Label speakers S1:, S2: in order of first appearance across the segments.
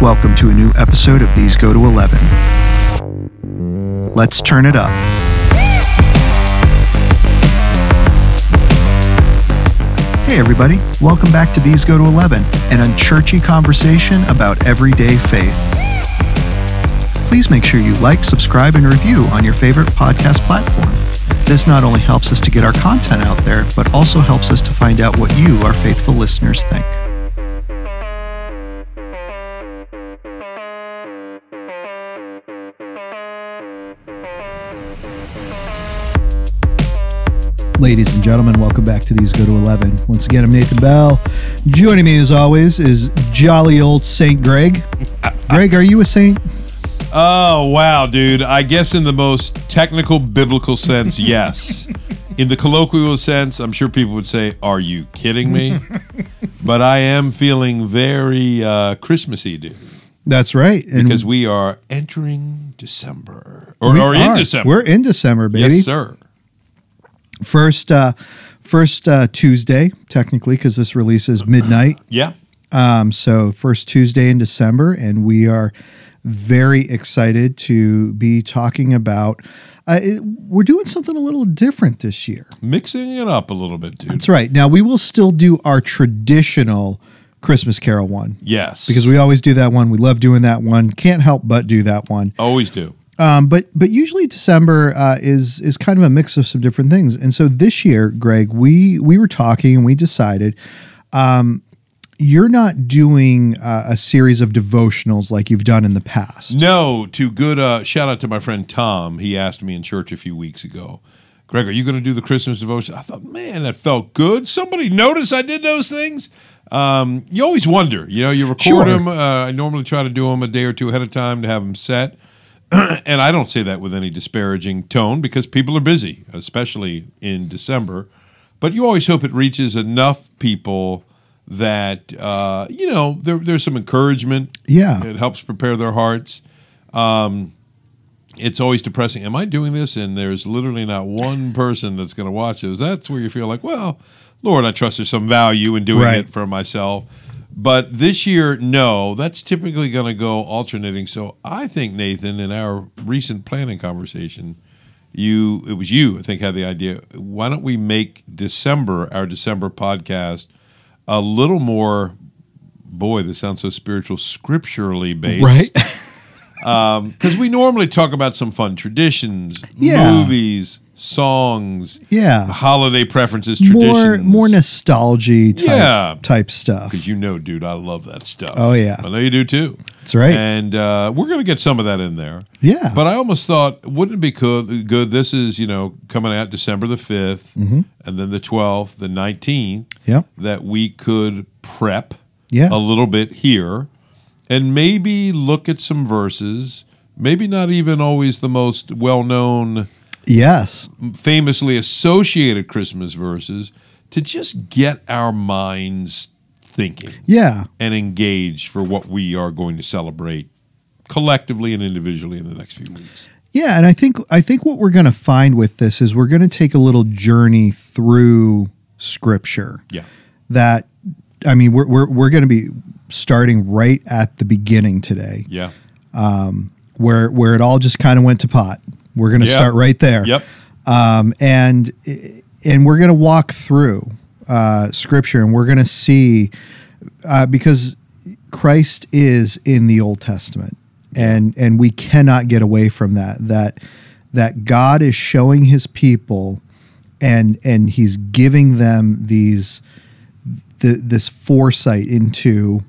S1: Welcome to a new episode of These Go to 11. Let's turn it up. Hey, everybody. Welcome back to These Go to 11, an unchurchy conversation about everyday faith. Please make sure you like, subscribe, and review on your favorite podcast platform. This not only helps us to get our content out there, but also helps us to find out what you, our faithful listeners, think. Ladies and gentlemen, welcome back to These Go to 11. Once again, I'm Nathan Bell. Joining me, as always, is jolly old St. Greg. Greg, are you a saint?
S2: Oh, wow, dude. I guess in the most technical biblical sense, yes. In the colloquial sense, I'm sure people would say, Are you kidding me? but I am feeling very uh, Christmassy, dude,
S1: That's right. And
S2: because we are entering December. Or,
S1: we
S2: or in
S1: are.
S2: December.
S1: We're in December, baby.
S2: yes, sir.
S1: First, uh, first uh, Tuesday, technically, because this release is midnight.
S2: Yeah.
S1: Um, so first Tuesday in December, and we are very excited to be talking about. Uh, it- we're doing something a little different this year.
S2: Mixing it up a little bit, dude.
S1: That's right. Now we will still do our traditional Christmas Carol one
S2: Yes.
S1: because we always do that one. We love doing that one. Can't help but do that one.
S2: always do.
S1: Um, but but usually December uh, is is kind of a mix of some different things. And so this year, Greg, we we were talking and we decided um, you're not doing uh, a series of devotionals like you've done in the past.
S2: No, to good uh, shout out to my friend Tom. He asked me in church a few weeks ago, Greg, are you going to do the Christmas devotion? I thought, man, that felt good. Somebody noticed I did those things. Um, you always wonder, you know, you record
S1: Sure.
S2: them. Uh, I normally try to do them a day or two ahead of time to have them set. and I don't say that with any disparaging tone because people are busy, especially in December. But you always hope it reaches enough people that, uh, you know, there, there's some encouragement.
S1: Yeah.
S2: It helps prepare their hearts Um, it's always depressing. Am I doing this? And there's literally not one person that's going to watch this. That's where you feel like, well, Lord, I trust there's some value in doing
S1: Right.
S2: it for myself. But this year, no, that's typically going to go alternating. So I think Nathan, in our recent planning conversation, you it was you I think had the idea. Why don't we make December our December podcast a little more? Boy, this sounds so spiritual, scripturally based,
S1: Right?
S2: because we normally talk about some fun traditions,
S1: Yeah.
S2: movies, songs,
S1: yeah.
S2: holiday preferences,
S1: More
S2: traditions.
S1: more nostalgia type
S2: Yeah.
S1: type stuff.
S2: Because you know, dude, I love that stuff.
S1: Oh, yeah.
S2: I know you do too.
S1: That's right.
S2: And uh, we're going to get some of that in there.
S1: Yeah.
S2: But I almost thought, wouldn't it be co- good? This is, you know, coming out December the 5th
S1: Mm-hmm.
S2: and then the 12th, the 19th,
S1: Yep.
S2: that we could prep
S1: Yeah.
S2: a little bit here and maybe look at some verses, maybe not even always the most well known
S1: Yes.
S2: famously associated Christmas verses to just get our minds thinking
S1: Yeah.
S2: and engaged for what we are going to celebrate collectively and individually in the next few weeks.
S1: Yeah, and I think I think what we're going to find with this is we're going to take a little journey through scripture.
S2: Yeah.
S1: that I mean we're we're, we're going to be starting right at the beginning today
S2: Yeah.
S1: where where it all just kind of went to pot. We're going to
S2: Yeah.
S1: start right there.
S2: Yep.
S1: Um and and we're going to walk through uh scripture and we're going to see uh because Christ is in the Old Testament. And and we cannot get away from that that that God is showing his people and and he's giving them these the, this foresight into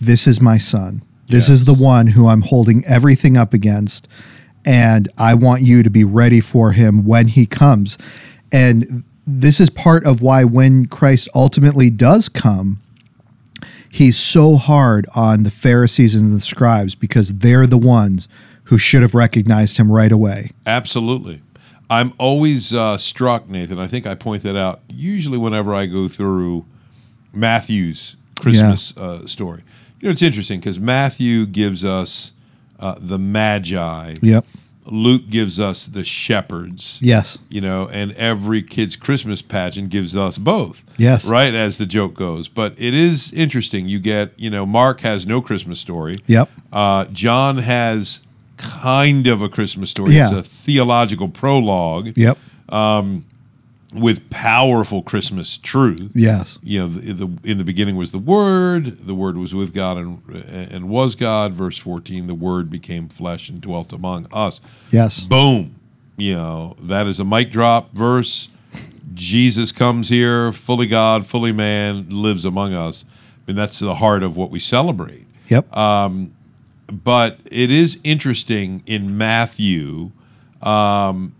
S1: this is my son. This
S2: Yes.
S1: is the one who I'm holding everything up against and I want you to be ready for him when he comes. And this is part of why when Christ ultimately does come, he's so hard on the Pharisees and the scribes because they're the ones who should have recognized him right away.
S2: Absolutely. I'm always uh, struck, Nathan. I think I point that out usually whenever I go through Matthew's Christmas uh, story. You know, it's interesting because Matthew gives us uh, the Magi
S1: Yep.
S2: Luke gives us the shepherds.
S1: Yes.
S2: You know, and every kid's Christmas pageant gives us both.
S1: Yes.
S2: Right, as the joke goes. But it is interesting. You get, you know, Mark has no Christmas story.
S1: Yep.
S2: Uh, John has kind of a Christmas story. It's
S1: Yeah.
S2: a theological prologue
S1: Yep.
S2: with powerful Christmas truth.
S1: Yes.
S2: You know, the, the, in the beginning was the Word. The Word was with God and and was God. Verse fourteen: The Word became flesh and dwelt among us.
S1: Yes.
S2: Boom. You know, that is a mic drop verse. Jesus comes here, fully God, fully man, lives among us. And that's the heart of what we celebrate.
S1: Yep.
S2: But it is interesting in Matthew, um,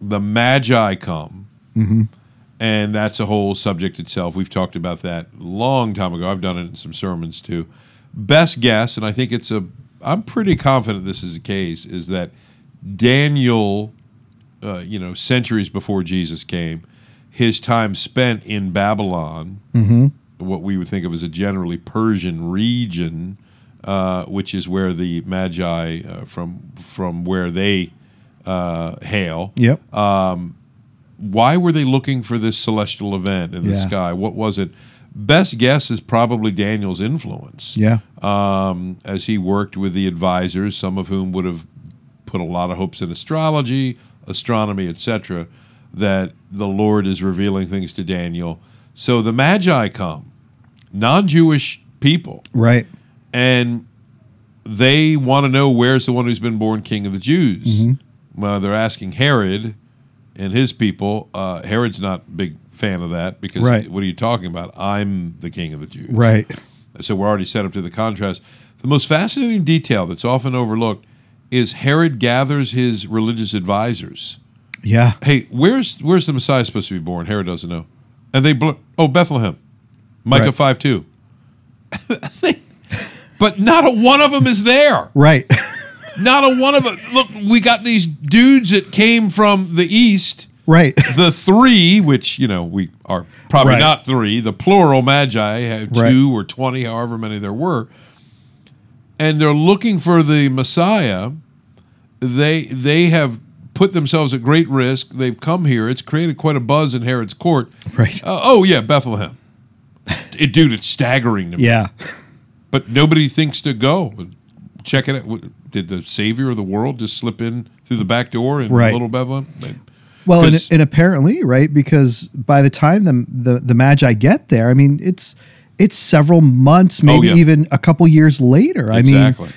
S2: the Magi come, and that's a whole subject itself. We've talked about that long time ago. I've done it in some sermons too. Best guess, and I think it's a, I'm pretty confident this is the case, is that Daniel, uh, you know, centuries before Jesus came, his time spent in Babylon, what we would think of as a generally Persian region, uh, which is where the Magi uh, from from where they uh, hail
S1: yep.
S2: why were they looking for this celestial event in the
S1: Yeah.
S2: sky? What was it? Best guess is probably Daniel's influence.
S1: yeah.
S2: Um, as he worked with the advisors, some of whom would have put a lot of hopes in astrology, astronomy, etc., that the Lord is revealing things to Daniel. So the Magi come, non Jewish people,
S1: Right.
S2: and they want to know where's the one who's been born king of the Jews.
S1: Mm-hmm.
S2: Well, they're asking Herod and his people. Uh, Herod's not a big fan of that because
S1: Right.
S2: what are you talking about? I'm the king of the Jews.
S1: Right.
S2: So we're already set up to the contrast. The most fascinating detail that's often overlooked is Herod gathers his religious advisors.
S1: Yeah.
S2: Hey, where's where's the Messiah supposed to be born? Herod doesn't know. And they bl- oh Bethlehem, Micah
S1: Right.
S2: five two. but not a one of them is there.
S1: Right.
S2: Not a one of them. Look, we got these dudes that came from the east.
S1: right.
S2: The three, which you know we are probably
S1: Right.
S2: not three, the plural magi had
S1: Right.
S2: two or twenty, however many there were, and they're looking for the Messiah. They they have put themselves at great risk. They've come here. It's created quite a buzz in Herod's court.
S1: Right.
S2: Uh, oh yeah, Bethlehem. It, dude, it's staggering to me
S1: Yeah.
S2: but nobody thinks to go check it out. Did the savior of the world just slip in through the back door in
S1: Right.
S2: Little Bethlehem?
S1: Well, and,
S2: 'Cause-
S1: and apparently, right, because by the time the, the the Magi get there, I mean, it's it's several months, maybe
S2: Oh, yeah.
S1: even a couple years later. I
S2: Exactly.
S1: mean,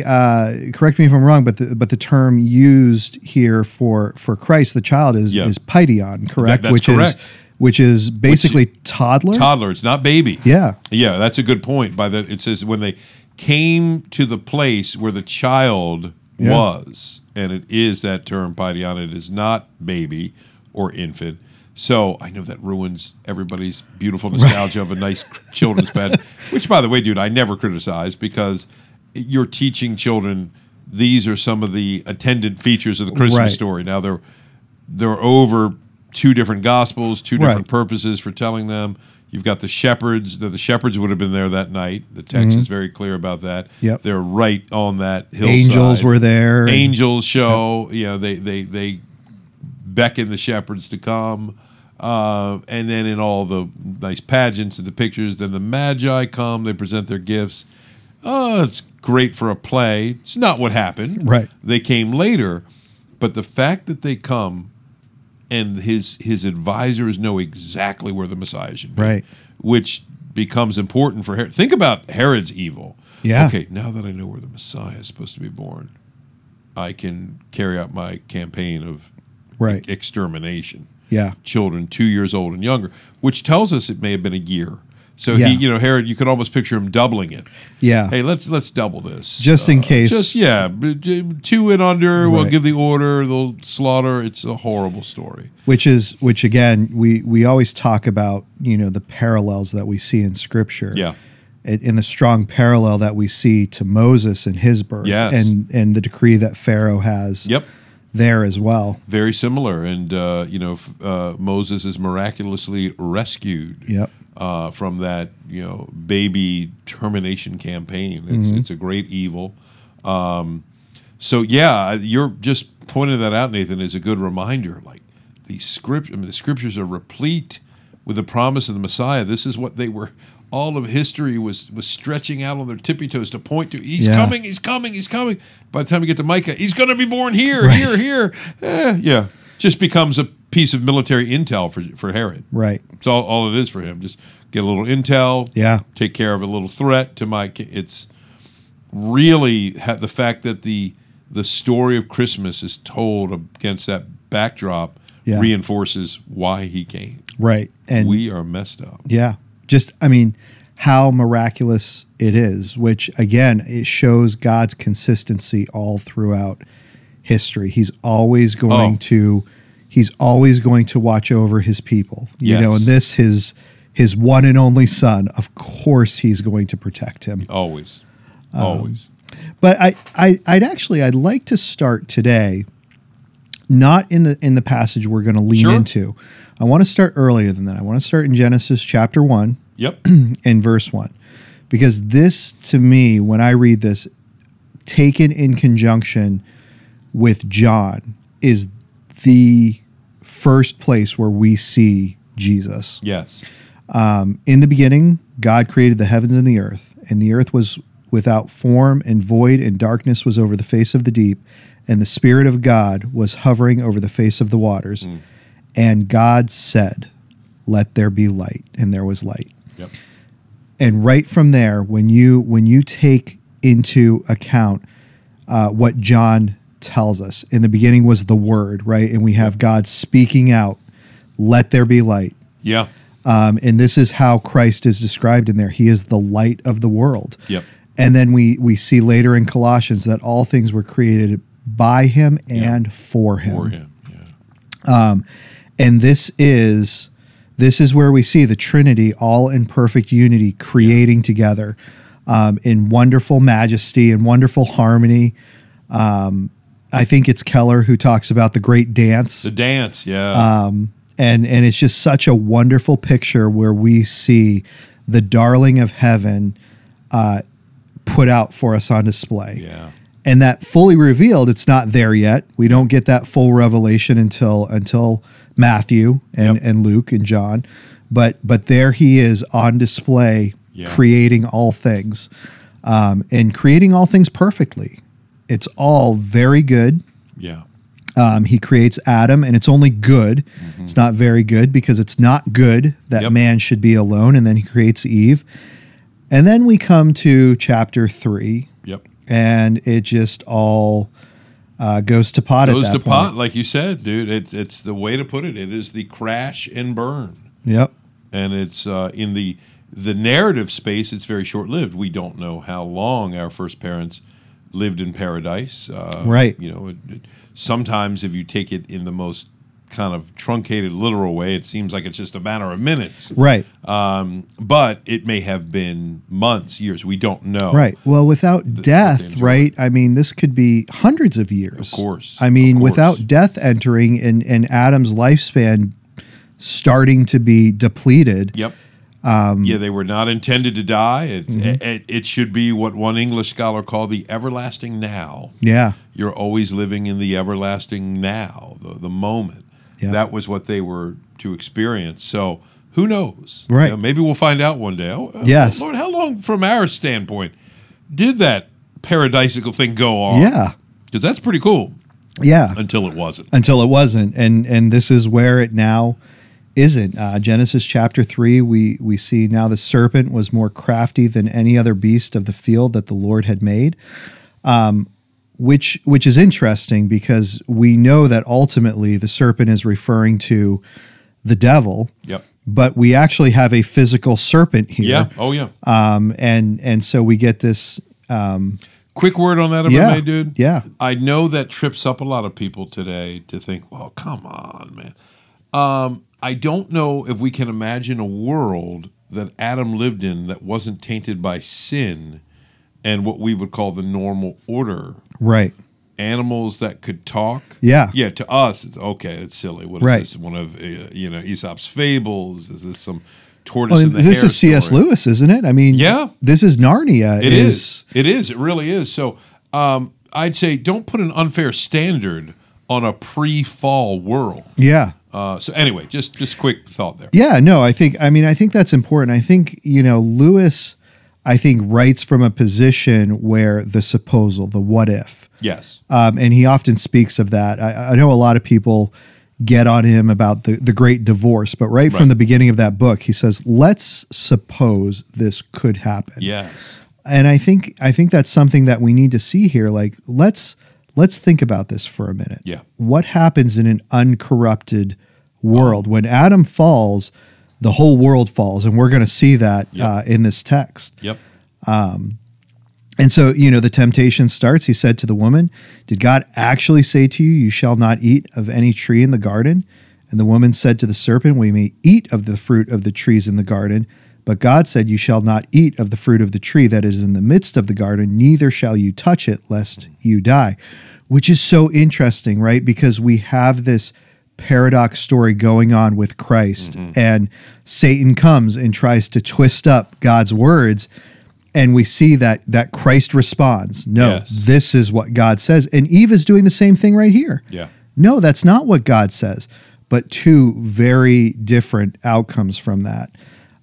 S1: the uh, correct me if I'm wrong, but the, but the term used here for for Christ, the child, is
S2: Yeah.
S1: is paideon, correct?
S2: that's
S1: which
S2: correct.
S1: is which is basically toddler.
S2: Toddler, it's not baby.
S1: Yeah.
S2: yeah, that's a good point. By the it says when they came to the place where the child
S1: Yeah.
S2: was, and it is that term paideon. It is not baby or infant. So I know that ruins everybody's beautiful nostalgia of a nice children's bed. Which, by the way, dude, I never criticize because you're teaching children these are some of the attendant features of the Christmas
S1: Right.
S2: story. Now they're they're over two different gospels, two
S1: Right.
S2: different purposes for telling them. You've got the shepherds. The, the shepherds would have been there that night. The text is very clear about that.
S1: Mm-hmm. Yep.
S2: They're right on that hillside.
S1: Angels were there.
S2: Angels show. You know, they they they beckon the shepherds to come. Uh, and then in all the nice pageants and the pictures, then the magi come. They present their gifts. Oh, it's great for a play. It's not what happened.
S1: Right.
S2: They came later, but the fact that they come and his his advisors know exactly where the Messiah should be,
S1: Right.
S2: Which becomes important for Herod. Think about Herod's evil.
S1: Yeah.
S2: Okay, now that I know where the Messiah is supposed to be born, I can carry out my campaign of
S1: Right.
S2: extermination.
S1: Yeah.
S2: Children two years old and younger, which tells us it may have been a year. So
S1: Yeah.
S2: he, you know, Herod, you could almost picture him doubling it.
S1: Yeah.
S2: Hey, let's let's double this
S1: Just in case.
S2: Just yeah, b- d- two and under. We'll
S1: Right.
S2: give the order. They'll slaughter. It's a horrible story.
S1: which is which again we we always talk about you know the parallels that we see in scripture
S2: Yeah.
S1: and, and the strong parallel that we see to Moses and his birth
S2: Yes.
S1: and and the decree that Pharaoh has
S2: Yep.
S1: there as well
S2: Very similar, and uh, you know, f- uh, Moses is miraculously rescued.
S1: Yep.
S2: Uh, from that, you know,
S1: Mm-hmm.
S2: baby termination campaign. It's, it's a great evil. Um, So yeah, you're just pointing that out, Nathan, is a good reminder. Like the script, I mean, the scriptures are replete with the promise of the Messiah. This is what they were. All of history was was stretching out on their tippy toes to point to. He's
S1: Yeah.
S2: coming. He's coming. He's coming. By the time you get to Micah, he's going to be born here,
S1: Right.
S2: here, here. Eh, yeah, just becomes a piece of military intel for for Herod.
S1: Right.
S2: It's all, all it is for him. Just get a little intel.
S1: Yeah.
S2: Take care of a little threat to my. ki- It's really ha- the fact that the the story of Christmas is told against that backdrop
S1: Yeah.
S2: reinforces why he came.
S1: Right. And
S2: we are messed up.
S1: Yeah. Just, I mean, how miraculous it is, which again, it shows God's consistency all throughout history. He's always going
S2: Oh.
S1: to, he's always going to watch over his people, you know,
S2: Yes.
S1: and this, his, his one and only son, of course he's going to protect him.
S2: Always,
S1: Um,
S2: always.
S1: But I, I, I'd actually, I'd like to start today, not in the in the passage we're going to lean
S2: Sure.
S1: into. I want to start earlier than that. I want to start in Genesis chapter one,
S2: Yep.
S1: in verse 1 because this to me when i read this taken in conjunction with john is the first place where we see jesus
S2: yes.
S1: in the beginning god created the heavens and the earth and the earth was without form and void and darkness was over the face of the deep and the spirit of god was hovering over the face of the waters and god said let there be light and there was light
S2: Yep.
S1: and right from there when you when you take into account uh, what john tells us in the beginning was the word right and we have god speaking out let there be light
S2: Yeah.
S1: um, and this is how christ is described in there he is the light of the world
S2: Yep.
S1: and then we we see later in colossians that all things were created by him and for him
S2: For him. Yeah.
S1: and this is this is where we see the trinity all in perfect unity creating together um, in wonderful majesty and wonderful harmony um, i think it's keller who talks about the great dance
S2: The dance.
S1: Uh,
S2: Yeah.
S1: and and it's just such a wonderful picture where we see the darling of heaven uh, put out for us on display
S2: yeah.
S1: and that fully revealed it's not there yet we don't get that full revelation until until matthew and,
S2: Yep.
S1: and luke and john but but there he is on display
S2: Yeah.
S1: creating all things um, and creating all things perfectly it's all very good
S2: Yeah.
S1: um, he creates adam and it's only good it's not very good because it's not good that
S2: Mm-hmm. Yep.
S1: man should be alone and then he creates eve and then we come to chapter three
S2: Yep.
S1: and it just all uh, goes to pot
S2: Goes
S1: at
S2: to
S1: that
S2: pot,
S1: point.
S2: like you said, dude. It's it's the way to put it. It is the crash and burn.
S1: Yep.
S2: and it's uh, in the the narrative space. It's very short lived. We don't know how long our first parents lived in paradise. Uh,
S1: Right.
S2: You know, it, it, sometimes if you take it in the most kind of truncated, literal way, it seems like it's just a matter of minutes.
S1: Right.
S2: Um, but it may have been months, years. We don't know.
S1: right. Well, without death,
S2: enjoy.
S1: right? I mean, this could be hundreds of years.
S2: Of course,
S1: I mean,
S2: of course.
S1: without death entering and, and Adam's lifespan starting to be depleted.
S2: Yep.
S1: Um,
S2: yeah, they were not intended to die. It,
S1: Mm-hmm.
S2: it, it should be what one English scholar called the everlasting now.
S1: Yeah.
S2: you're always living in the everlasting now, the, the moment.
S1: Yeah.
S2: That was what they were to experience. So who knows?
S1: Right.
S2: You know, maybe we'll find out one day. Oh, uh,
S1: Yes.
S2: Lord, how long, from our standpoint, did that paradisical thing go on?
S1: Yeah.
S2: Because that's pretty cool
S1: Yeah.
S2: until it wasn't.
S1: until it wasn't and and this is where it now isn't uh, genesis chapter 3 we we see now the serpent was more crafty than any other beast of the field that the lord had made um, which which is interesting because we know that ultimately the serpent is referring to the devil
S2: Yep.
S1: but we actually have a physical serpent here
S2: Yeah. Oh, yeah.
S1: um, and and so we get this
S2: Quick word on that, if
S1: Yeah.
S2: I may, dude.
S1: Yeah.
S2: I know that trips up a lot of people today to think, well, come on, man. Um, I don't know if we can imagine a world that Adam lived in that wasn't tainted by sin and what we would call the normal order.
S1: right
S2: Animals that could talk.
S1: Yeah.
S2: Yeah, to us, it's okay, it's silly. What is
S1: Right.
S2: this? One of, uh, you know, Aesop's fables? Is this some tortoise
S1: well,
S2: in the
S1: this
S2: hare
S1: is cs
S2: story?
S1: lewis isn't it i mean
S2: Yeah.
S1: this is narnia
S2: It is. It is. It really is. So um, I'd say don't put an unfair standard on a pre-fall world.
S1: Yeah.
S2: Uh, so anyway, just just quick thought there.
S1: Yeah, no, I think I mean I think that's important. I think you know Lewis, I think writes from a position where the supposal, the what if,
S2: Yes.
S1: um, and he often speaks of that. I, I know a lot of people get on him about the the great divorce, but right,
S2: Right.
S1: from the beginning of that book, he says, "Let's suppose this could happen."
S2: Yes.
S1: and I think I think that's something that we need to see here. Like let's let's think about this for a minute.
S2: Yeah.
S1: What happens in an uncorrupted world when Adam falls? The whole world falls, and we're going to see that uh, in this text.
S2: Yep.
S1: And so, you know, the temptation starts. He said to the woman, Did God actually say to you, You shall not eat of any tree in the garden? And the woman said to the serpent, We may eat of the fruit of the trees in the garden. But God said, You shall not eat of the fruit of the tree that is in the midst of the garden, neither shall you touch it, lest you die. Which is so interesting, right? Because we have this paradox story going on with Christ, and Satan comes and tries to twist up God's words and we see that that Christ responds, "No,
S2: Yes.
S1: this is what God says." And Eve is doing the same thing right here.
S2: Yeah.
S1: No, that's not what God says. But two very different outcomes from that.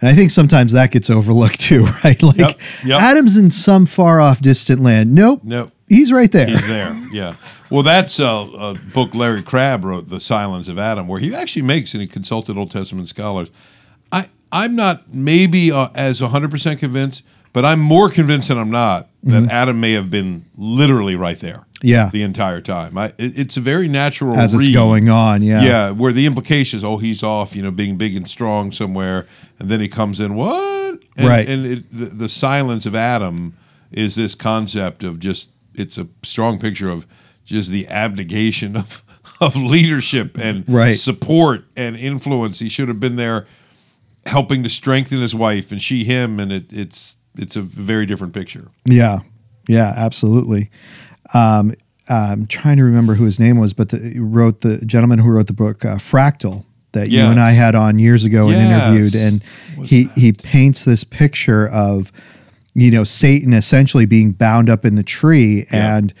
S1: And I think sometimes that gets overlooked too, right? Like
S2: Yep, yep.
S1: Adam's in some far off distant land. Nope.
S2: Nope.
S1: He's right there.
S2: He's there. Yeah. Well, that's a, a book Larry Crabb wrote, The Silence of Adam, where he actually makes and he consulted Old Testament scholars. I I'm not maybe uh, as 100% convinced, but I'm more convinced than I'm not that Adam may have been literally right there.
S1: Yeah.
S2: The entire time. I, it, it's a very natural
S1: As it's
S2: read.
S1: going on. Yeah.
S2: Yeah, where the implication is, oh, he's off, you know, being big and strong somewhere, and then he comes in, what? And,
S1: Right.
S2: And it, the, the silence of Adam is this concept of just it's a strong picture of just the abnegation of of leadership and
S1: Right.
S2: support and influence. He should have been there helping to strengthen his wife and she him, and it, it's it's a very different picture.
S1: Yeah. Yeah, absolutely. Um, I'm trying to remember who his name was, but the, he wrote the gentleman who wrote the book uh, Fractal that you
S2: Yes.
S1: and I had on years ago
S2: Yes.
S1: and interviewed, and he he paints this picture of you know Satan essentially being bound up in the tree
S2: Yeah.
S1: and.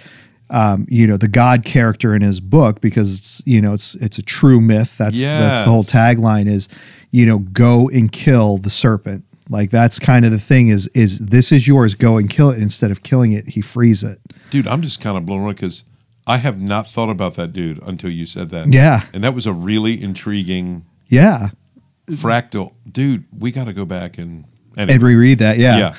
S1: Um, you know the God character in his book because it's, you know it's it's a true myth. That's that's the whole
S2: Yes.
S1: tagline is you know go and kill the serpent like that's kind of the thing is is this is yours go and kill it instead of killing it he frees it
S2: Dude, I'm just kind of blown away because I have not thought about that dude until you said that.
S1: Yeah.
S2: And that was a really intriguing
S1: yeah
S2: fractal. Dude, we got to go back and. Anyway.
S1: and reread that yeah,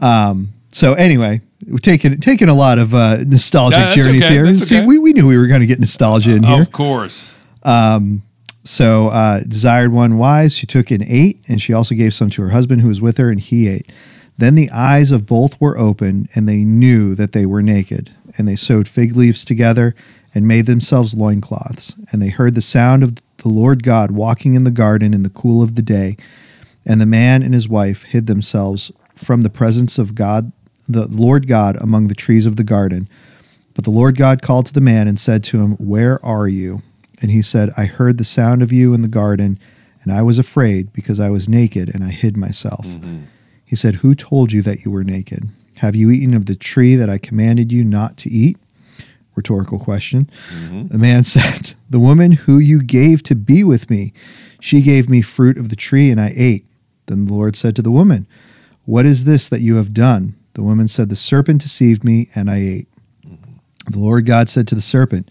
S2: yeah.
S1: so anyway we're taking taking a lot of uh nostalgic
S2: Yeah, that's
S1: journeys
S2: okay,
S1: here
S2: that's
S1: see
S2: okay. Uh,
S1: we, we knew we were going to get nostalgia in here
S2: Of course.
S1: so uh desired one wise she took an eight and she also gave some to her husband who was with her and he ate then the eyes of both were open and they knew that they were naked and they sewed fig leaves together and made themselves loincloths and they heard the sound of the lord god walking in the garden in the cool of the day and the man and his wife hid themselves from the presence of god the lord god among the trees of the garden but the Lord God called to the man and said to him, Where are you? And he said, I heard the sound of you in the garden, and I was afraid because I was naked and I hid myself. He said, Who told you that you were naked? Have you eaten of the tree that I commanded you not to eat? Rhetorical question. The man said, The woman who you gave to be with me, she gave me fruit of the tree and I ate. Then the Lord said to the woman, What is this that you have done? The woman said, The serpent deceived me and I ate. The Lord God said to the serpent,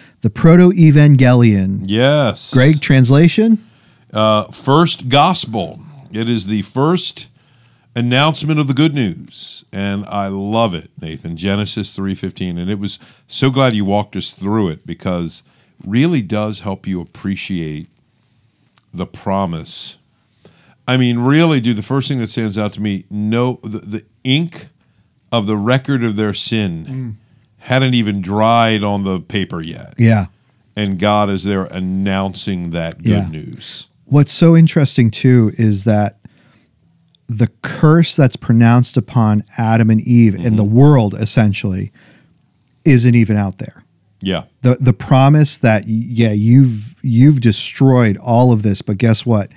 S1: the proto-evangelion
S2: Yes.
S1: greg translation
S2: Uh, first gospel. It is the first announcement of the good news, and I love it, Nathan. Genesis three fifteen, and it was so glad you walked us through it because it really does help you appreciate the promise. I mean, really, dude. The first thing that stands out to me, no, the, the ink of the record of their sin hadn't even dried on the paper yet
S1: Yeah.
S2: and God is there announcing that good
S1: Yeah.
S2: news.
S1: What's so interesting too is that the curse that's pronounced upon Adam and Eve and the world essentially isn't even out there.
S2: Yeah,
S1: The the promise that yeah, you've you've destroyed all of this, but guess what?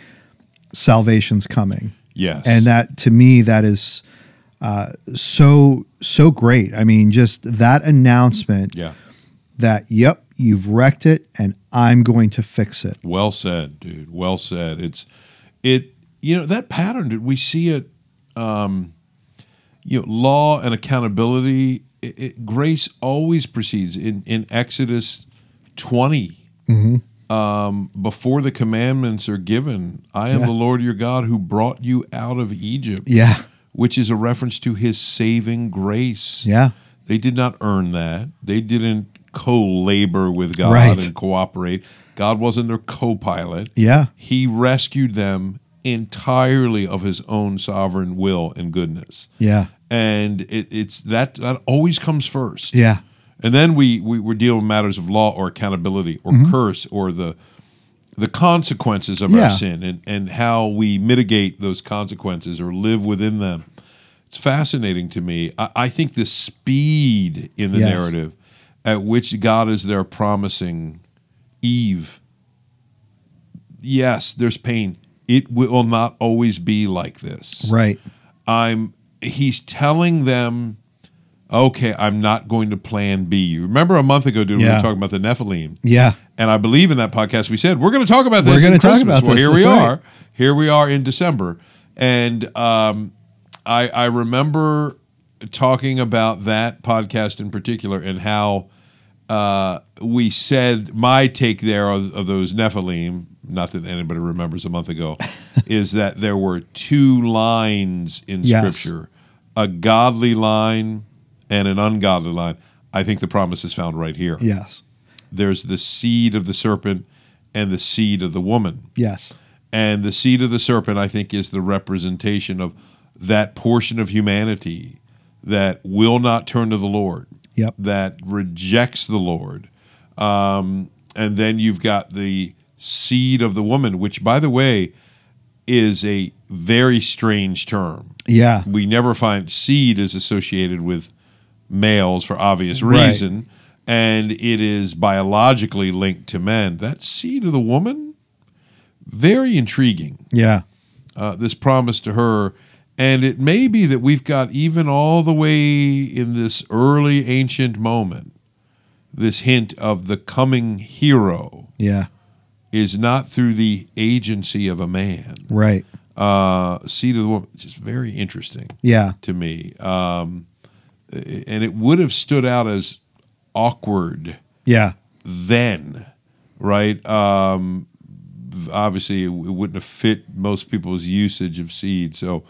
S1: Salvation's coming.
S2: yes,
S1: And that to me that is uh, so so great. I mean, just that announcement
S2: yeah,
S1: that yep, you've wrecked it and I'm going to fix it.
S2: well said, dude. Well said. It's it. You know that pattern, dude. We see it. Um, you know, law and accountability. It, it, grace always precedes in in Exodus 20
S1: Mm-hmm.
S2: Um, before the commandments are given, I am the Lord your God who brought you out of Egypt.
S1: Yeah.
S2: which is a reference to his saving grace.
S1: Yeah.
S2: They did not earn that. They didn't co labor with God
S1: Right.
S2: and cooperate. God wasn't their co pilot.
S1: Yeah.
S2: He rescued them entirely of his own sovereign will and goodness.
S1: Yeah.
S2: And it, it's that that always comes first.
S1: Yeah.
S2: And then we, we we're dealing with matters of law or accountability or curse or the the consequences of
S1: Mm-hmm. Yeah.
S2: our sin and, and how we mitigate those consequences or live within them. It's fascinating to me. I, I think the speed in the
S1: Yes.
S2: narrative at which God is there promising Eve, yes, there's pain. It will not always be like this.
S1: Right.
S2: I'm he's telling them, okay, I'm not going to plan B. You remember a month ago, dude, we
S1: Yeah.
S2: were talking about the Nephilim.
S1: Yeah.
S2: And I believe in that podcast we said, we're going to talk about this.
S1: We're
S2: going
S1: gonna
S2: to
S1: talk about
S2: well,
S1: this,
S2: Here we
S1: that's right.
S2: are. Here we are in December. And um, I, I remember talking about that podcast in particular and how uh, we said my take there of, of those Nephilim, not that anybody remembers a month ago, is that there were two lines in
S1: Yes.
S2: Scripture a godly line and an ungodly line. I think the promise is found right here
S1: Yes.
S2: there's the seed of the serpent and the seed of the woman.
S1: Yes.
S2: And the seed of the serpent, I think, is the representation of that portion of humanity that will not turn to the Lord,
S1: Yep.
S2: that rejects the Lord. Um, and then you've got the seed of the woman, which, by the way, is a very strange term.
S1: Yeah.
S2: We never find seed is associated with males for obvious
S1: Right.
S2: reason, and it is biologically linked to men. That seed of the woman, very intriguing.
S1: Yeah.
S2: Uh, this promise to her, and it may be that we've got even all the way in this early ancient moment, this hint of the coming hero
S1: Yeah.
S2: is not through the agency of a man.
S1: Right.
S2: Uh, seed of the woman, just very interesting
S1: Yeah.
S2: to me. Um, and it would have stood out as awkward
S1: Yeah.
S2: then, right? Um, obviously, it w- it wouldn't have fit most people's usage of seed. So,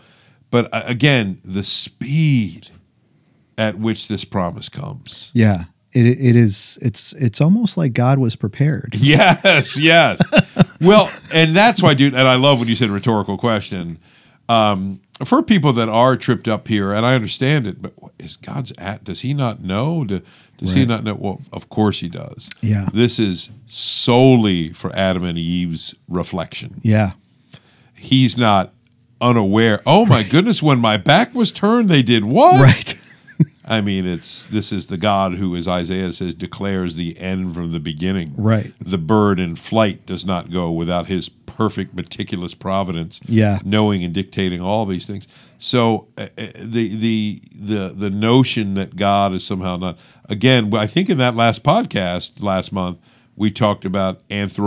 S2: but uh, again, the speed at which this promise comes.
S1: Yeah. It it is it's it's almost like God was prepared.
S2: Yes, yes. well, and that's why, dude, and I love when you said rhetorical question. Um, for people that are tripped up here, and I understand it, but is God's at? Does He not know? Do- does He
S1: Right.
S2: not know? Well, of course He does.
S1: Yeah.
S2: This is solely for Adam and Eve's reflection.
S1: Yeah.
S2: He's not unaware. Oh my goodness! When my back was turned, they did what?
S1: Right.
S2: I mean, it's this is the God who, as Isaiah says, declares the end from the beginning.
S1: Right.
S2: The bird in flight does not go without His perfect, meticulous providence.
S1: Yeah.
S2: Knowing and dictating all these things. So uh, uh, the the the the notion that God is somehow not again. I think in that last podcast last month we talked about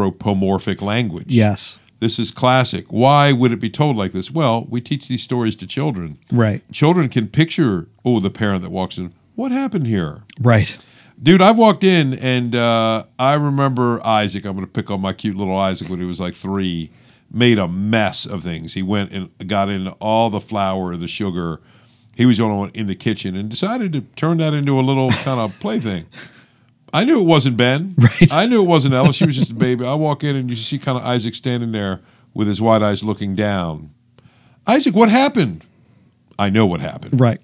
S2: anthropomorphic language.
S1: Yes.
S2: This is classic. Why would it be told like this? Well, we teach these stories to children
S1: Right.
S2: children can picture oh the parent that walks in what happened here
S1: Right.
S2: dude i've walked in and uh, i remember isaac i'm going to pick on my cute little isaac when he was like three made a mess of things. He went and got in all the flour, the sugar. He was the only one in the kitchen and decided to turn that into a little kind of plaything. I knew it wasn't Ben.
S1: Right.
S2: I knew it wasn't Ella. She was just a baby. I walk in and you see kind of Isaac standing there with his wide eyes looking down. Isaac, what happened? I know what happened.
S1: Right.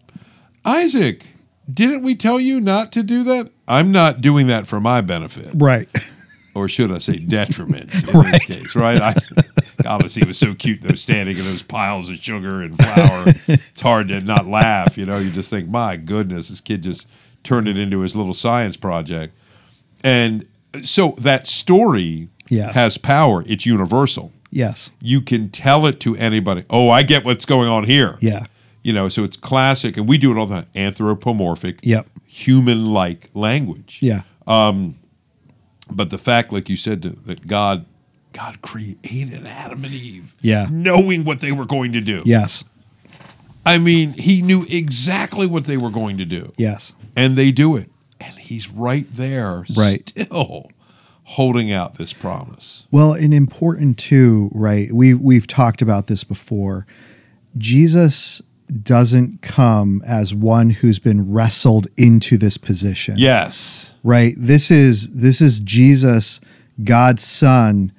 S2: Isaac, didn't we tell you not to do that? I'm not doing that for my benefit
S1: Right.
S2: or should I say detriment in
S1: Right.
S2: this case, right? I, obviously, it was so cute though, standing in those piles of sugar and flour. it's hard to not laugh, you know. You just think, my goodness, this kid just turned it into his little science project. And so that story
S1: Yes.
S2: has power. It's universal.
S1: Yes.
S2: You can tell it to anybody. Oh, I get what's going on here.
S1: Yeah.
S2: You know, so it's classic, and we do it all the time. Anthropomorphic,
S1: Yep.
S2: human-like language
S1: Yeah.
S2: but the fact, like you said, that- that God, God created Adam and Eve,
S1: Yeah.
S2: knowing what they were going to do.
S1: Yes.
S2: I mean, He knew exactly what they were going to do,
S1: Yes.
S2: and they do it, and He's right there,
S1: Right.
S2: still holding out this promise.
S1: Well, and important too, right? We we've talked about this before. Jesus doesn't come as one who's been wrestled into this position.
S2: Yes,
S1: Right? This is this is Jesus, God's son,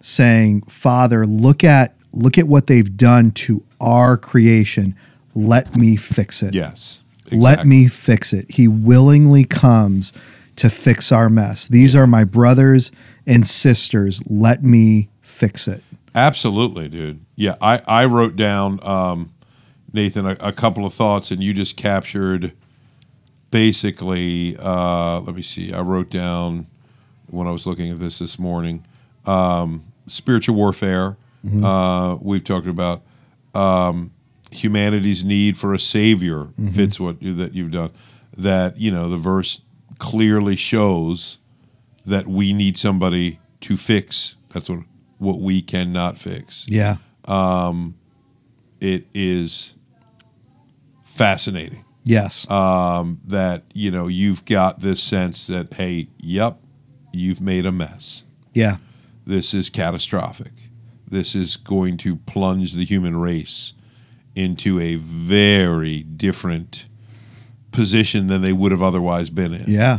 S1: saying, "Father, look at look at what they've done to our creation. Let me fix it."
S2: yes.
S1: Let me fix it. He willingly comes to fix our mess. These are my brothers and sisters. Let me fix it.
S2: Absolutely, dude. Yeah, I, I wrote down, um, Nathan, a, a couple of thoughts, and you just captured basically, uh, let me see, I wrote down when I was looking at this this morning um, spiritual warfare. Uh, we've talked about um, humanity's need for a savior fits what you, that you've done. That you know the verse clearly shows that we need somebody to fix. That's what what we cannot fix.
S1: Yeah.
S2: It is fascinating um,
S1: Yes.
S2: Uh, that you know you've got this sense that hey, yep, you've made a mess.
S1: yeah.
S2: This is catastrophic. This is going to plunge the human race into a very different position than they would have otherwise been in.
S1: Yeah.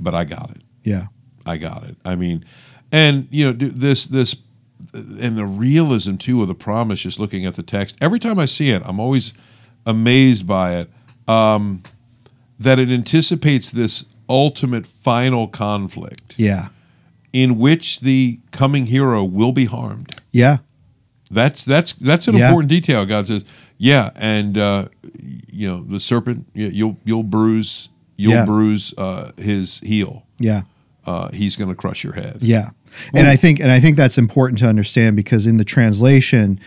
S2: But I got it.
S1: Yeah.
S2: I got it. I mean, and you know d- this this and the realism too of the promise. Just looking at the text, every time I see it, I'm always amazed by it. Um, that it anticipates this ultimate final conflict
S1: Yeah.
S2: in which the coming hero will be harmed.
S1: Yeah.
S2: That's that's that's an
S1: Yeah.
S2: important detail. God says, yeah, and uh, you know the serpent, you- you'll you'll bruise you'll
S1: Yeah.
S2: bruise uh, his heel.
S1: Yeah.
S2: Uh, he's going to crush your head.
S1: Yeah. And I think and I think that's important to understand because in the translation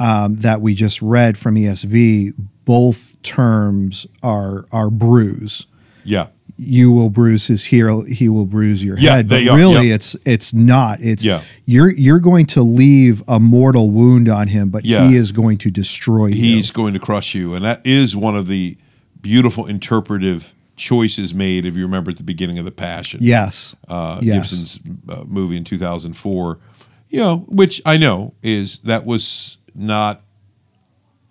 S1: um, that we just read from ESV, both terms are are bruise.
S2: Yeah,
S1: you will bruise his heel, he will bruise your
S2: Yeah,
S1: head. But
S2: they are,
S1: really,
S2: yeah.
S1: it's it's not. It's
S2: Yeah.
S1: you're you're going to leave a mortal wound on him, but
S2: Yeah.
S1: he is going to destroy you.
S2: he's going to crush you, and that is one of the beautiful interpretive choices made. If you remember at the beginning of the Passion,
S1: Yes.
S2: uh,
S1: Yes.
S2: Gibson's uh, movie in 2004, you know, which I know is that was not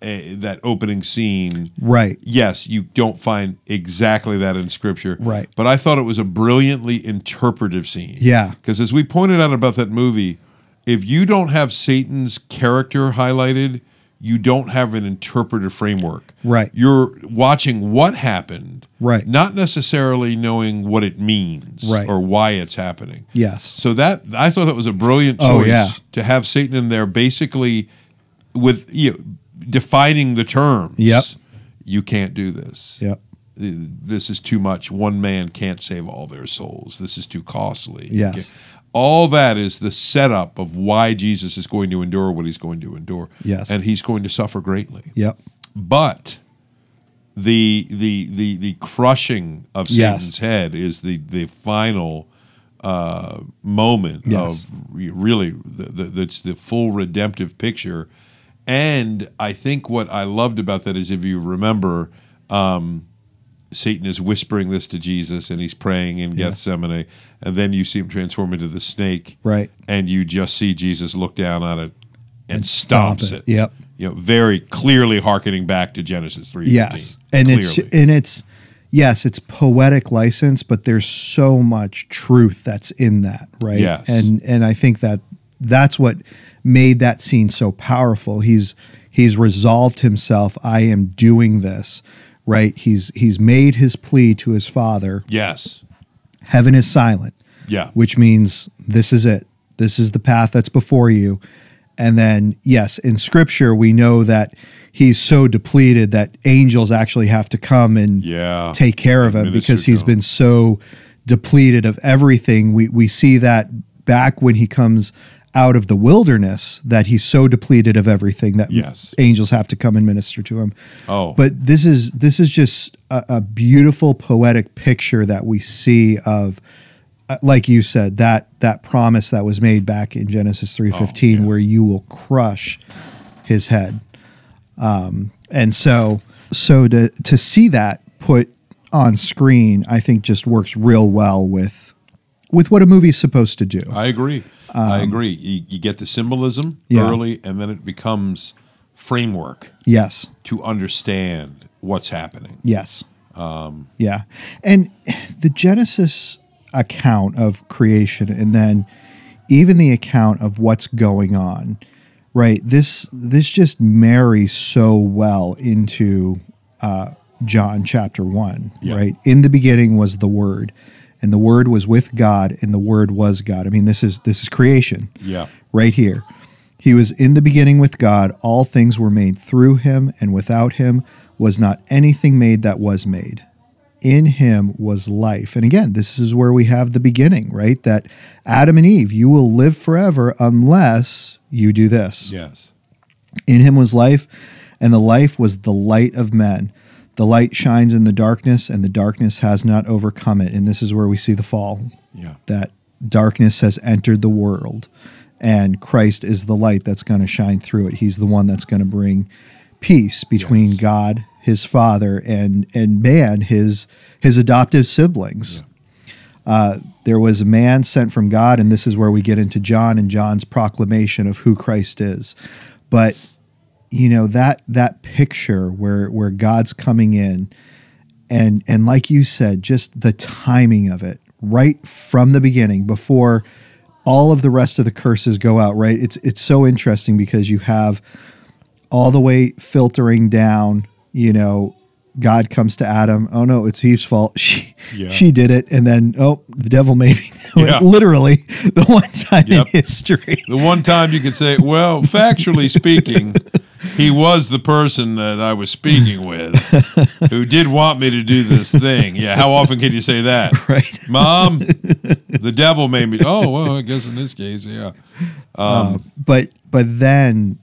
S2: a, that opening scene.
S1: right.
S2: Yes, you don't find exactly that in scripture.
S1: Right.
S2: But I thought it was a brilliantly interpretive scene.
S1: Yeah.
S2: Because as we pointed out about that movie, if you don't have Satan's character highlighted, you don't have an interpretive framework.
S1: Right.
S2: You're watching what happened.
S1: Right.
S2: Not necessarily knowing what it means
S1: Right.
S2: or why it's happening.
S1: Yes.
S2: So that I thought that was a brilliant choice
S1: Oh, yeah.
S2: to have Satan in there, basically with you know, defining the terms.
S1: Yep.
S2: You can't do this.
S1: Yep.
S2: This is too much. One man can't save all their souls. This is too costly.
S1: Yes.
S2: Okay. All that is the setup of why Jesus is going to endure what he's going to endure.
S1: Yes.
S2: And he's going to suffer greatly.
S1: Yep.
S2: But the the the the crushing of
S1: Yes.
S2: Satan's head is the the final uh, moment
S1: Yes.
S2: of re- really the, the, that's the full redemptive picture. And I think what I loved about that is if you remember, um, Satan is whispering this to Jesus and he's praying in Gethsemane, and then you see him transform into the snake,
S1: Right.
S2: And you just see Jesus look down on it and,
S1: Stomp
S2: stomps it.
S1: Yep.
S2: You know, very clearly hearkening back to Genesis three.
S1: Yes. And it's and it's yes, it's poetic license, but there's so much truth that's in that, right?
S2: Yes.
S1: And and I think that that's what made that scene so powerful. He's he's resolved himself, I am doing this, right? He's he's made his plea to his father.
S2: yes,
S1: Heaven is silent.
S2: yeah,
S1: which means this is it. This is the path that's before you. And then, yes, in scripture, we know that he's so depleted that angels actually have to come and
S2: Yeah.
S1: take care of him
S2: Administer
S1: because he's
S2: to him.
S1: been so depleted of everything. We, we see that back when he comes out of the wilderness that he's so depleted of everything that
S2: Yes.
S1: angels have to come and minister to him.
S2: Oh.
S1: But this is this is just a, a beautiful poetic picture that we see of uh, like you said that that promise that was made back in Genesis 3:15 where you will crush his head. Um and so so to to see that put on screen I think just works real well with with what a movie's supposed to do.
S2: I agree. I agree. You, you get the symbolism
S1: Um, Yeah.
S2: early, and then it becomes framework
S1: yes.
S2: to understand what's happening.
S1: Yes. yeah. And the Genesis account of creation and then even the account of what's going on, right? This this just marries so well into uh, John chapter one,
S2: Yeah.
S1: right? In the beginning was the word, and the word was with God, and the word was God. I mean, this is this is creation
S2: Yeah.
S1: right here. He was in the beginning with God. All things were made through him, and without him was not anything made that was made. In him was life. And again, this is where we have the beginning, right? That Adam and Eve, you will live forever unless you do this.
S2: Yes.
S1: In him was life, and the life was the light of men. The light shines in the darkness, and the darkness has not overcome it. And this is where we see the fall
S2: Yeah.
S1: that darkness has entered the world and Christ is the light that's going to shine through it. He's the one that's going to bring peace between God, his father, and and man, his his adoptive siblings. Uh, there was a man sent from God, and this is where we get into John and John's proclamation of who Christ is. But you know that that picture where where God's coming in and and like you said just the timing of it right from the beginning before all of the rest of the curses go out right it's it's so interesting because you have all the way filtering down you know God comes to Adam oh no it's Eve's fault she
S2: Yeah.
S1: she did it and then oh the devil made me do it.
S2: Yeah.
S1: literally the one time in
S2: Yep.
S1: history
S2: The one time you could say, well, factually speaking, he was the person that I was speaking with who did want me to do this thing. Yeah, how often can you say that?
S1: right
S2: Mom, the devil made me. Oh, well, I guess in this case, yeah.
S1: but but then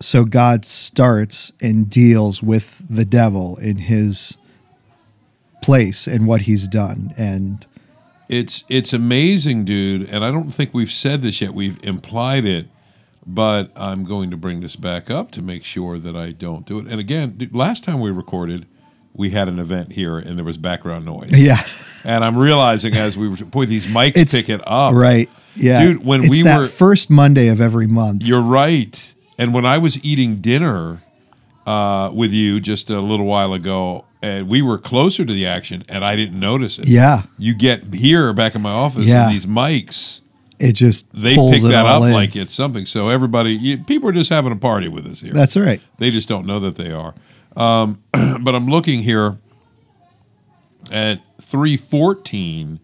S1: so God starts and deals with the devil in his place and what he's done and
S2: It's it's amazing, dude, and I don't think we've said this yet. We've implied it, but I'm going to bring this back up to make sure that I don't do it. And again, dude, last time we recorded, we had an event here and there was background noise.
S1: yeah
S2: And I'm realizing as we were, boy, these mics
S1: It's-
S2: pick it up.
S1: right yeah
S2: Dude, when
S1: It's
S2: we
S1: that
S2: were-
S1: first Monday of every month
S2: You're right. And when I was eating dinner uh, with you just a little while ago, and we were closer to the action, and I didn't notice it.
S1: yeah
S2: You get here back in my office,
S1: Yeah.
S2: and these mics,
S1: it just
S2: they
S1: pulls
S2: pick
S1: it
S2: that up
S1: all in.
S2: like it's something. So everybody, you, people are just having a party with us here.
S1: that's all right
S2: They just don't know that they are. Um, but I'm looking here at 314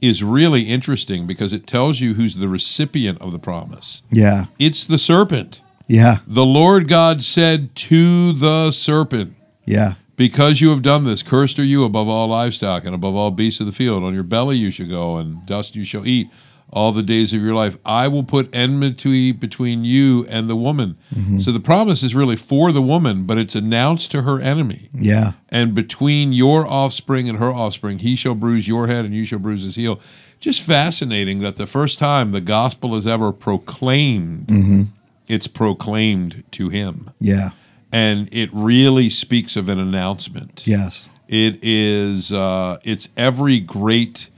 S2: is really interesting because it tells you who's the recipient of the promise.
S1: yeah
S2: It's the serpent.
S1: yeah
S2: The Lord God said to the serpent,
S1: yeah
S2: because you have done this, cursed are you above all livestock and above all beasts of the field. On your belly you shall go, and dust you shall eat all the days of your life. I will put enmity between you and the woman. So the promise is really for the woman, but it's announced to her enemy.
S1: yeah
S2: And between your offspring and her offspring, he shall bruise your head and you shall bruise his heel. Just fascinating that the first time the gospel is ever proclaimed, it's proclaimed to him.
S1: yeah
S2: And it really speaks of an announcement
S1: yes
S2: It is uh, it's every great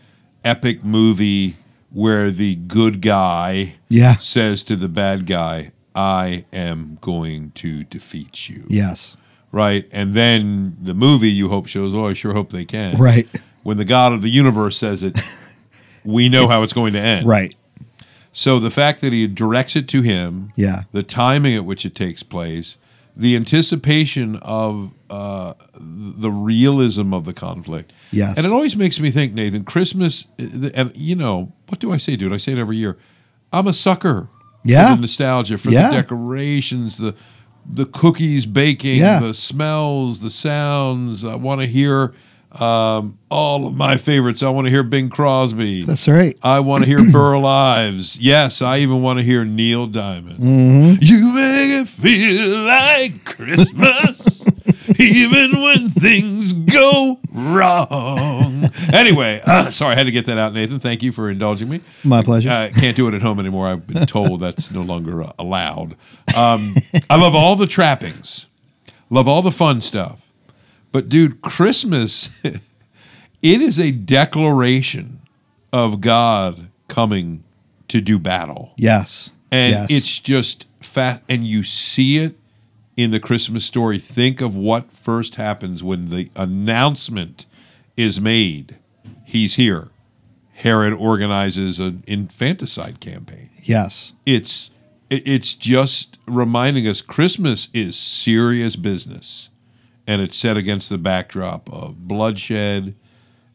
S2: epic movie where the good guy
S1: Yeah.
S2: says to the bad guy, "I am going to defeat you."
S1: Yes.
S2: Right? And then the movie you hope shows, "Oh, I sure hope they can."
S1: Right.
S2: When the god of the universe says it, we know how it's going to end.
S1: Right.
S2: So the fact that he directs it to him,
S1: Yeah.
S2: the timing at which it takes place, the anticipation of uh, the realism of the conflict.
S1: Yes.
S2: And it always makes me think, Nathan, Christmas, uh, and you know, what do I say, dude? I say it every year. I'm a sucker
S1: Yeah.
S2: for the nostalgia, for
S1: Yeah.
S2: the decorations, the the cookies baking,
S1: Yeah.
S2: the smells, the sounds. I want to hear um, all of my favorites. I want to hear Bing Crosby.
S1: That's right.
S2: I want to hear Burl Ives. Yes, I even want to hear Neil Diamond. You make it feel like Christmas, even when things go wrong. Anyway, uh, sorry, I had to get that out, Nathan. Thank you for indulging me.
S1: My pleasure.
S2: I Uh, can't do it at home anymore. I've been told that's no longer uh, allowed. Um, I love all the trappings, love all the fun stuff. But, dude, Christmas, it is a declaration of God coming to do battle.
S1: yes.
S2: And
S1: yes.
S2: it's just fat, and you see it in the Christmas story. Think of what first happens when the announcement is made. He's here. Herod organizes an infanticide campaign.
S1: yes.
S2: It's it- it's just reminding us Christmas is serious business, and it's set against the backdrop of bloodshed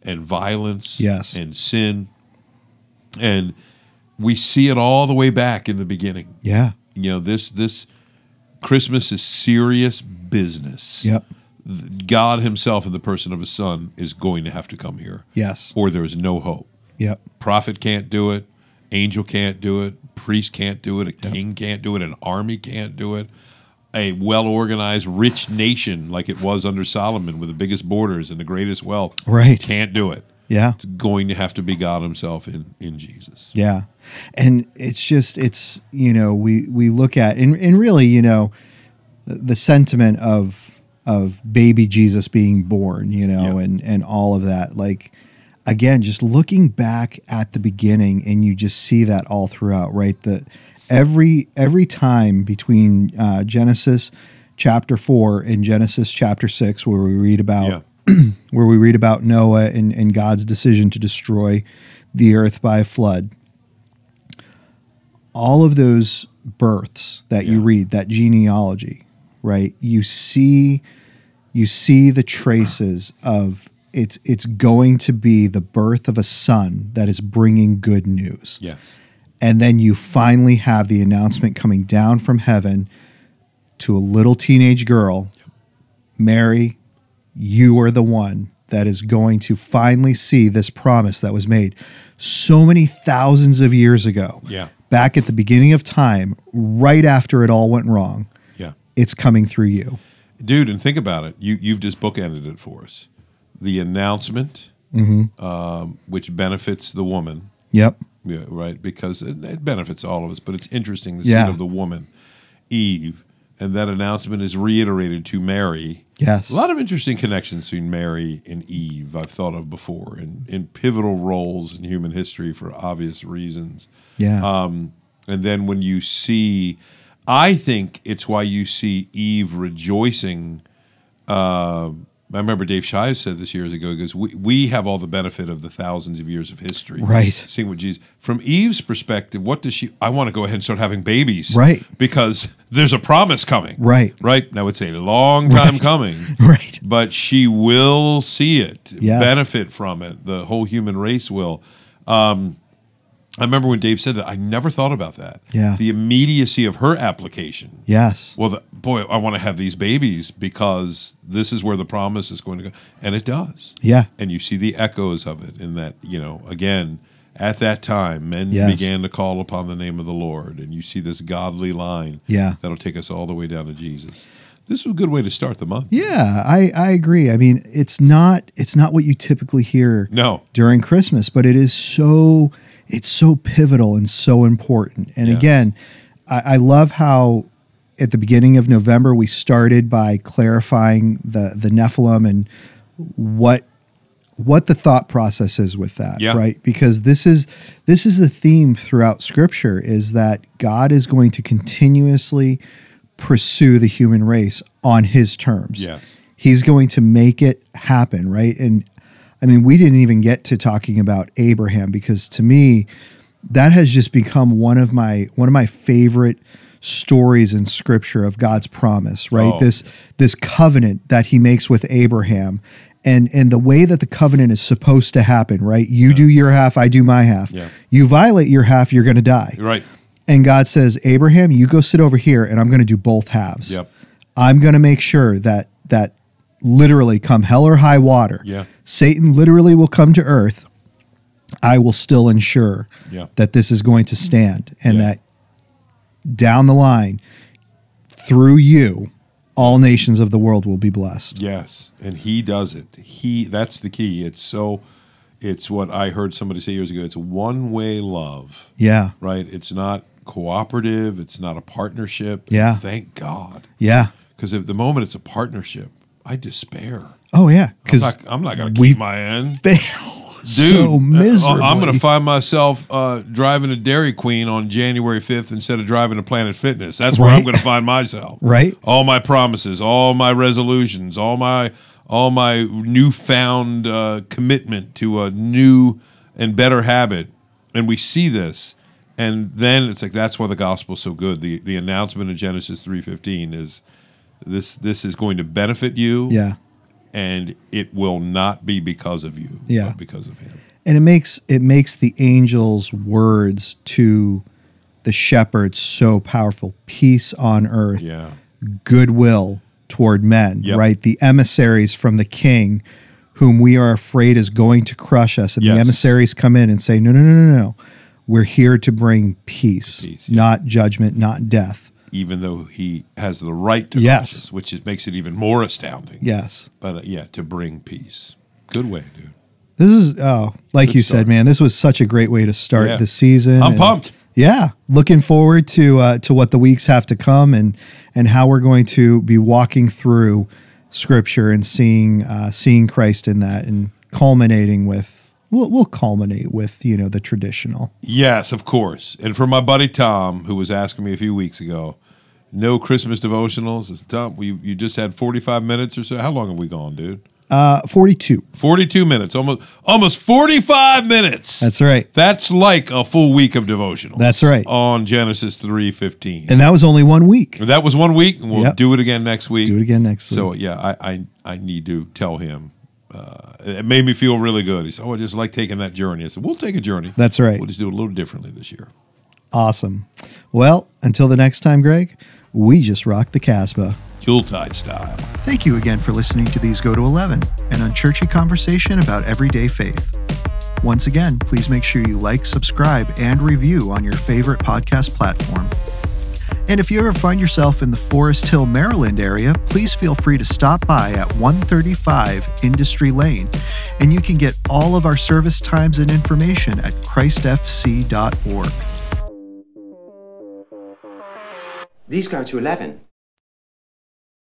S2: and violence,
S1: Yes.
S2: and sin, and we see it all the way back in the beginning
S1: Yeah.
S2: you know this this christmas is serious business
S1: Yep.
S2: Th- god himself in the person of his son is going to have to come here
S1: Yes.
S2: or there is no hope
S1: Yep.
S2: prophet can't do it angel can't do it priest can't do it a king can't do it an army can't do it a well-organized rich nation like it was under solomon with the biggest borders and the greatest wealth
S1: Right.
S2: can't do it
S1: Yeah.
S2: it's going to have to be god himself in in jesus
S1: Yeah. And it's just it's you know, we we look at and, and really, you know, the, the sentiment of of baby Jesus being born, you know,
S2: Yeah.
S1: and and all of that. Like again, just looking back at the beginning and you just see that all throughout, right? The every every time between uh Genesis chapter 4 and Genesis chapter 6 where we read about
S2: yeah
S1: where we read about Noah and, and God's decision to destroy the earth by a flood. All of those births that you
S2: Yeah.
S1: read, that genealogy, right? You see you see the traces of it's it's going to be the birth of a son that is bringing good news.
S2: yes
S1: And then you finally have the announcement coming down from heaven to a little teenage girl Mary, you are the one that is going to finally see this promise that was made so many thousands of years ago.
S2: Yeah.
S1: Back at the beginning of time, right after it all went wrong,
S2: yeah
S1: it's coming through you.
S2: dude and think about it you you've just bookended it for us the announcement
S1: Mm-hmm.
S2: um, which benefits the woman
S1: Yep.
S2: yeah, right because it, it benefits all of us but it's interesting the
S1: Yeah.
S2: seed of the woman eve and that announcement is reiterated to mary
S1: Yes.
S2: a lot of interesting connections between mary and eve i've thought of before in, in pivotal roles in human history for obvious reasons
S1: Yeah.
S2: um, and then when you see, I think it's why you see Eve rejoicing. Um I remember Dave Shives said this years ago. He goes, we, "We have all the benefit of the thousands of years of history,
S1: Right.
S2: Seeing what Jesus from Eve's perspective, what does she? I want to go ahead and start having babies,
S1: Right.
S2: Because there's a promise coming,
S1: Right.
S2: Right now, it's a long time coming,
S1: right.
S2: but she will see it,
S1: Yes.
S2: benefit from it. The whole human race will. Um, I remember when Dave said that. I never thought about that.
S1: Yeah.
S2: the immediacy of her application.
S1: Yes.
S2: Well, the, boy, I want to have these babies because this is where the promise is going to go, and it does.
S1: Yeah.
S2: and you see the echoes of it in that. You know, again, at that time, men
S1: Yes.
S2: began to call upon the name of the Lord, and you see this godly line.
S1: Yeah.
S2: that'll take us all the way down to Jesus. This is a good way to start the month.
S1: Yeah, I, I agree. I mean, it's not it's not what you typically hear
S2: No.
S1: during Christmas, but it is so it's so pivotal and so important. And
S2: Yeah.
S1: again, I, I love how at the beginning of November we started by clarifying the the Nephilim and what what the thought process is with that
S2: Yeah.
S1: right because this is this is the theme throughout scripture is that god is going to continuously pursue the human race on his terms
S2: Yes.
S1: he's going to make it happen right and i mean we didn't even get to talking about abraham because to me that has just become one of my one of my favorite stories in scripture of god's promise right
S2: Oh.
S1: this this covenant that he makes with Abraham and and the way that the covenant is supposed to happen, right? You do your half, I do my half.
S2: Yeah.
S1: You violate your half, you're going to die.
S2: Right.
S1: And God says, "Abraham, you go sit over here and I'm going to do both halves.
S2: Yep.
S1: I'm going to make sure that that literally come hell or high water.
S2: Yeah.
S1: Satan literally will come to earth. I will still ensure
S2: Yeah.
S1: that this is going to stand and
S2: Yeah.
S1: that down the line through you all nations of the world will be blessed.
S2: Yes, and he does it. He that's the key. It's so it's what I heard somebody say years ago. It's one-way love,
S1: Yeah.
S2: right? It's not cooperative, it's not a partnership.
S1: Yeah.
S2: Thank God.
S1: Yeah.
S2: Cuz at the moment it's a partnership, I despair.
S1: Oh yeah,
S2: I'm
S1: cuz
S2: not, I'm not going to
S1: we-
S2: keep my end.
S1: fail
S2: Dude, uh,
S1: so miserably.
S2: I'm going to find myself uh, driving to Dairy Queen on January 5th instead of driving to Planet Fitness. That's where I'm
S1: Right.
S2: going to find myself.
S1: Right.
S2: All my promises, all my resolutions, all my all my newfound uh, commitment to a new and better habit, and we see this, and then it's like that's why the gospel's so good. The the announcement in Genesis three fifteen is this this is going to benefit you.
S1: yeah.
S2: And it will not be because of you,
S1: Yeah.
S2: but because of him.
S1: And it makes it makes the angel's words to the shepherds so powerful. Peace on earth,
S2: Yeah.
S1: goodwill toward men,
S2: Yep.
S1: right? The emissaries from the king whom we are afraid is going to crush us and the
S2: Yes.
S1: emissaries come in and say no no no no no. We're here to bring peace,
S2: Peace, yeah.
S1: not judgment, not death.
S2: Even though he has the right to
S1: Yes.
S2: righteous, which is, makes it even more astounding.
S1: Yes.
S2: But uh, yeah, to bring peace. Good way, dude.
S1: This is oh, like
S2: Good
S1: you
S2: start.
S1: said, man. This was such a great way to start
S2: Yeah.
S1: the season.
S2: I'm
S1: and-
S2: pumped.
S1: Yeah, looking forward to uh, to what the weeks have to come and and how we're going to be walking through Scripture and seeing uh, seeing Christ in that and culminating with we'll, we'll culminate with you know the traditional.
S2: Yes, of course. And for my buddy Tom, who was asking me a few weeks ago, no Christmas devotionals. It's Tom, you, you just had 45 minutes or so. How long have we gone, dude?
S1: Uh, Forty two.
S2: 42 minutes, almost almost 45 minutes.
S1: That's right.
S2: That's like a full week of devotional.
S1: That's right.
S2: On Genesis 3:15.
S1: And that was only one week.
S2: That was one week, and we'll
S1: Yep.
S2: do it again next week.
S1: Do Mm-hmm. it again next week.
S2: So yeah, I I, I need to tell him. Uh, it made me feel really good. He said, "Oh, I just like taking that journey." I said, "We'll take a journey.
S1: That's right.
S2: We'll just do it a little differently this year."
S1: Awesome. Well, until the next time, Greg. We just rock the Casbah.
S2: Yuletide style.
S1: Thank you again for listening to These Go to 11, an unchurchy conversation about everyday faith. Once again, please make sure you like, subscribe, and review on your favorite podcast platform. And if you ever find yourself in the Forest Hill, Maryland area, please feel free to stop by at 135 Industry Lane, and you can get all of our service times and information at christfc.org.
S3: These go to 11.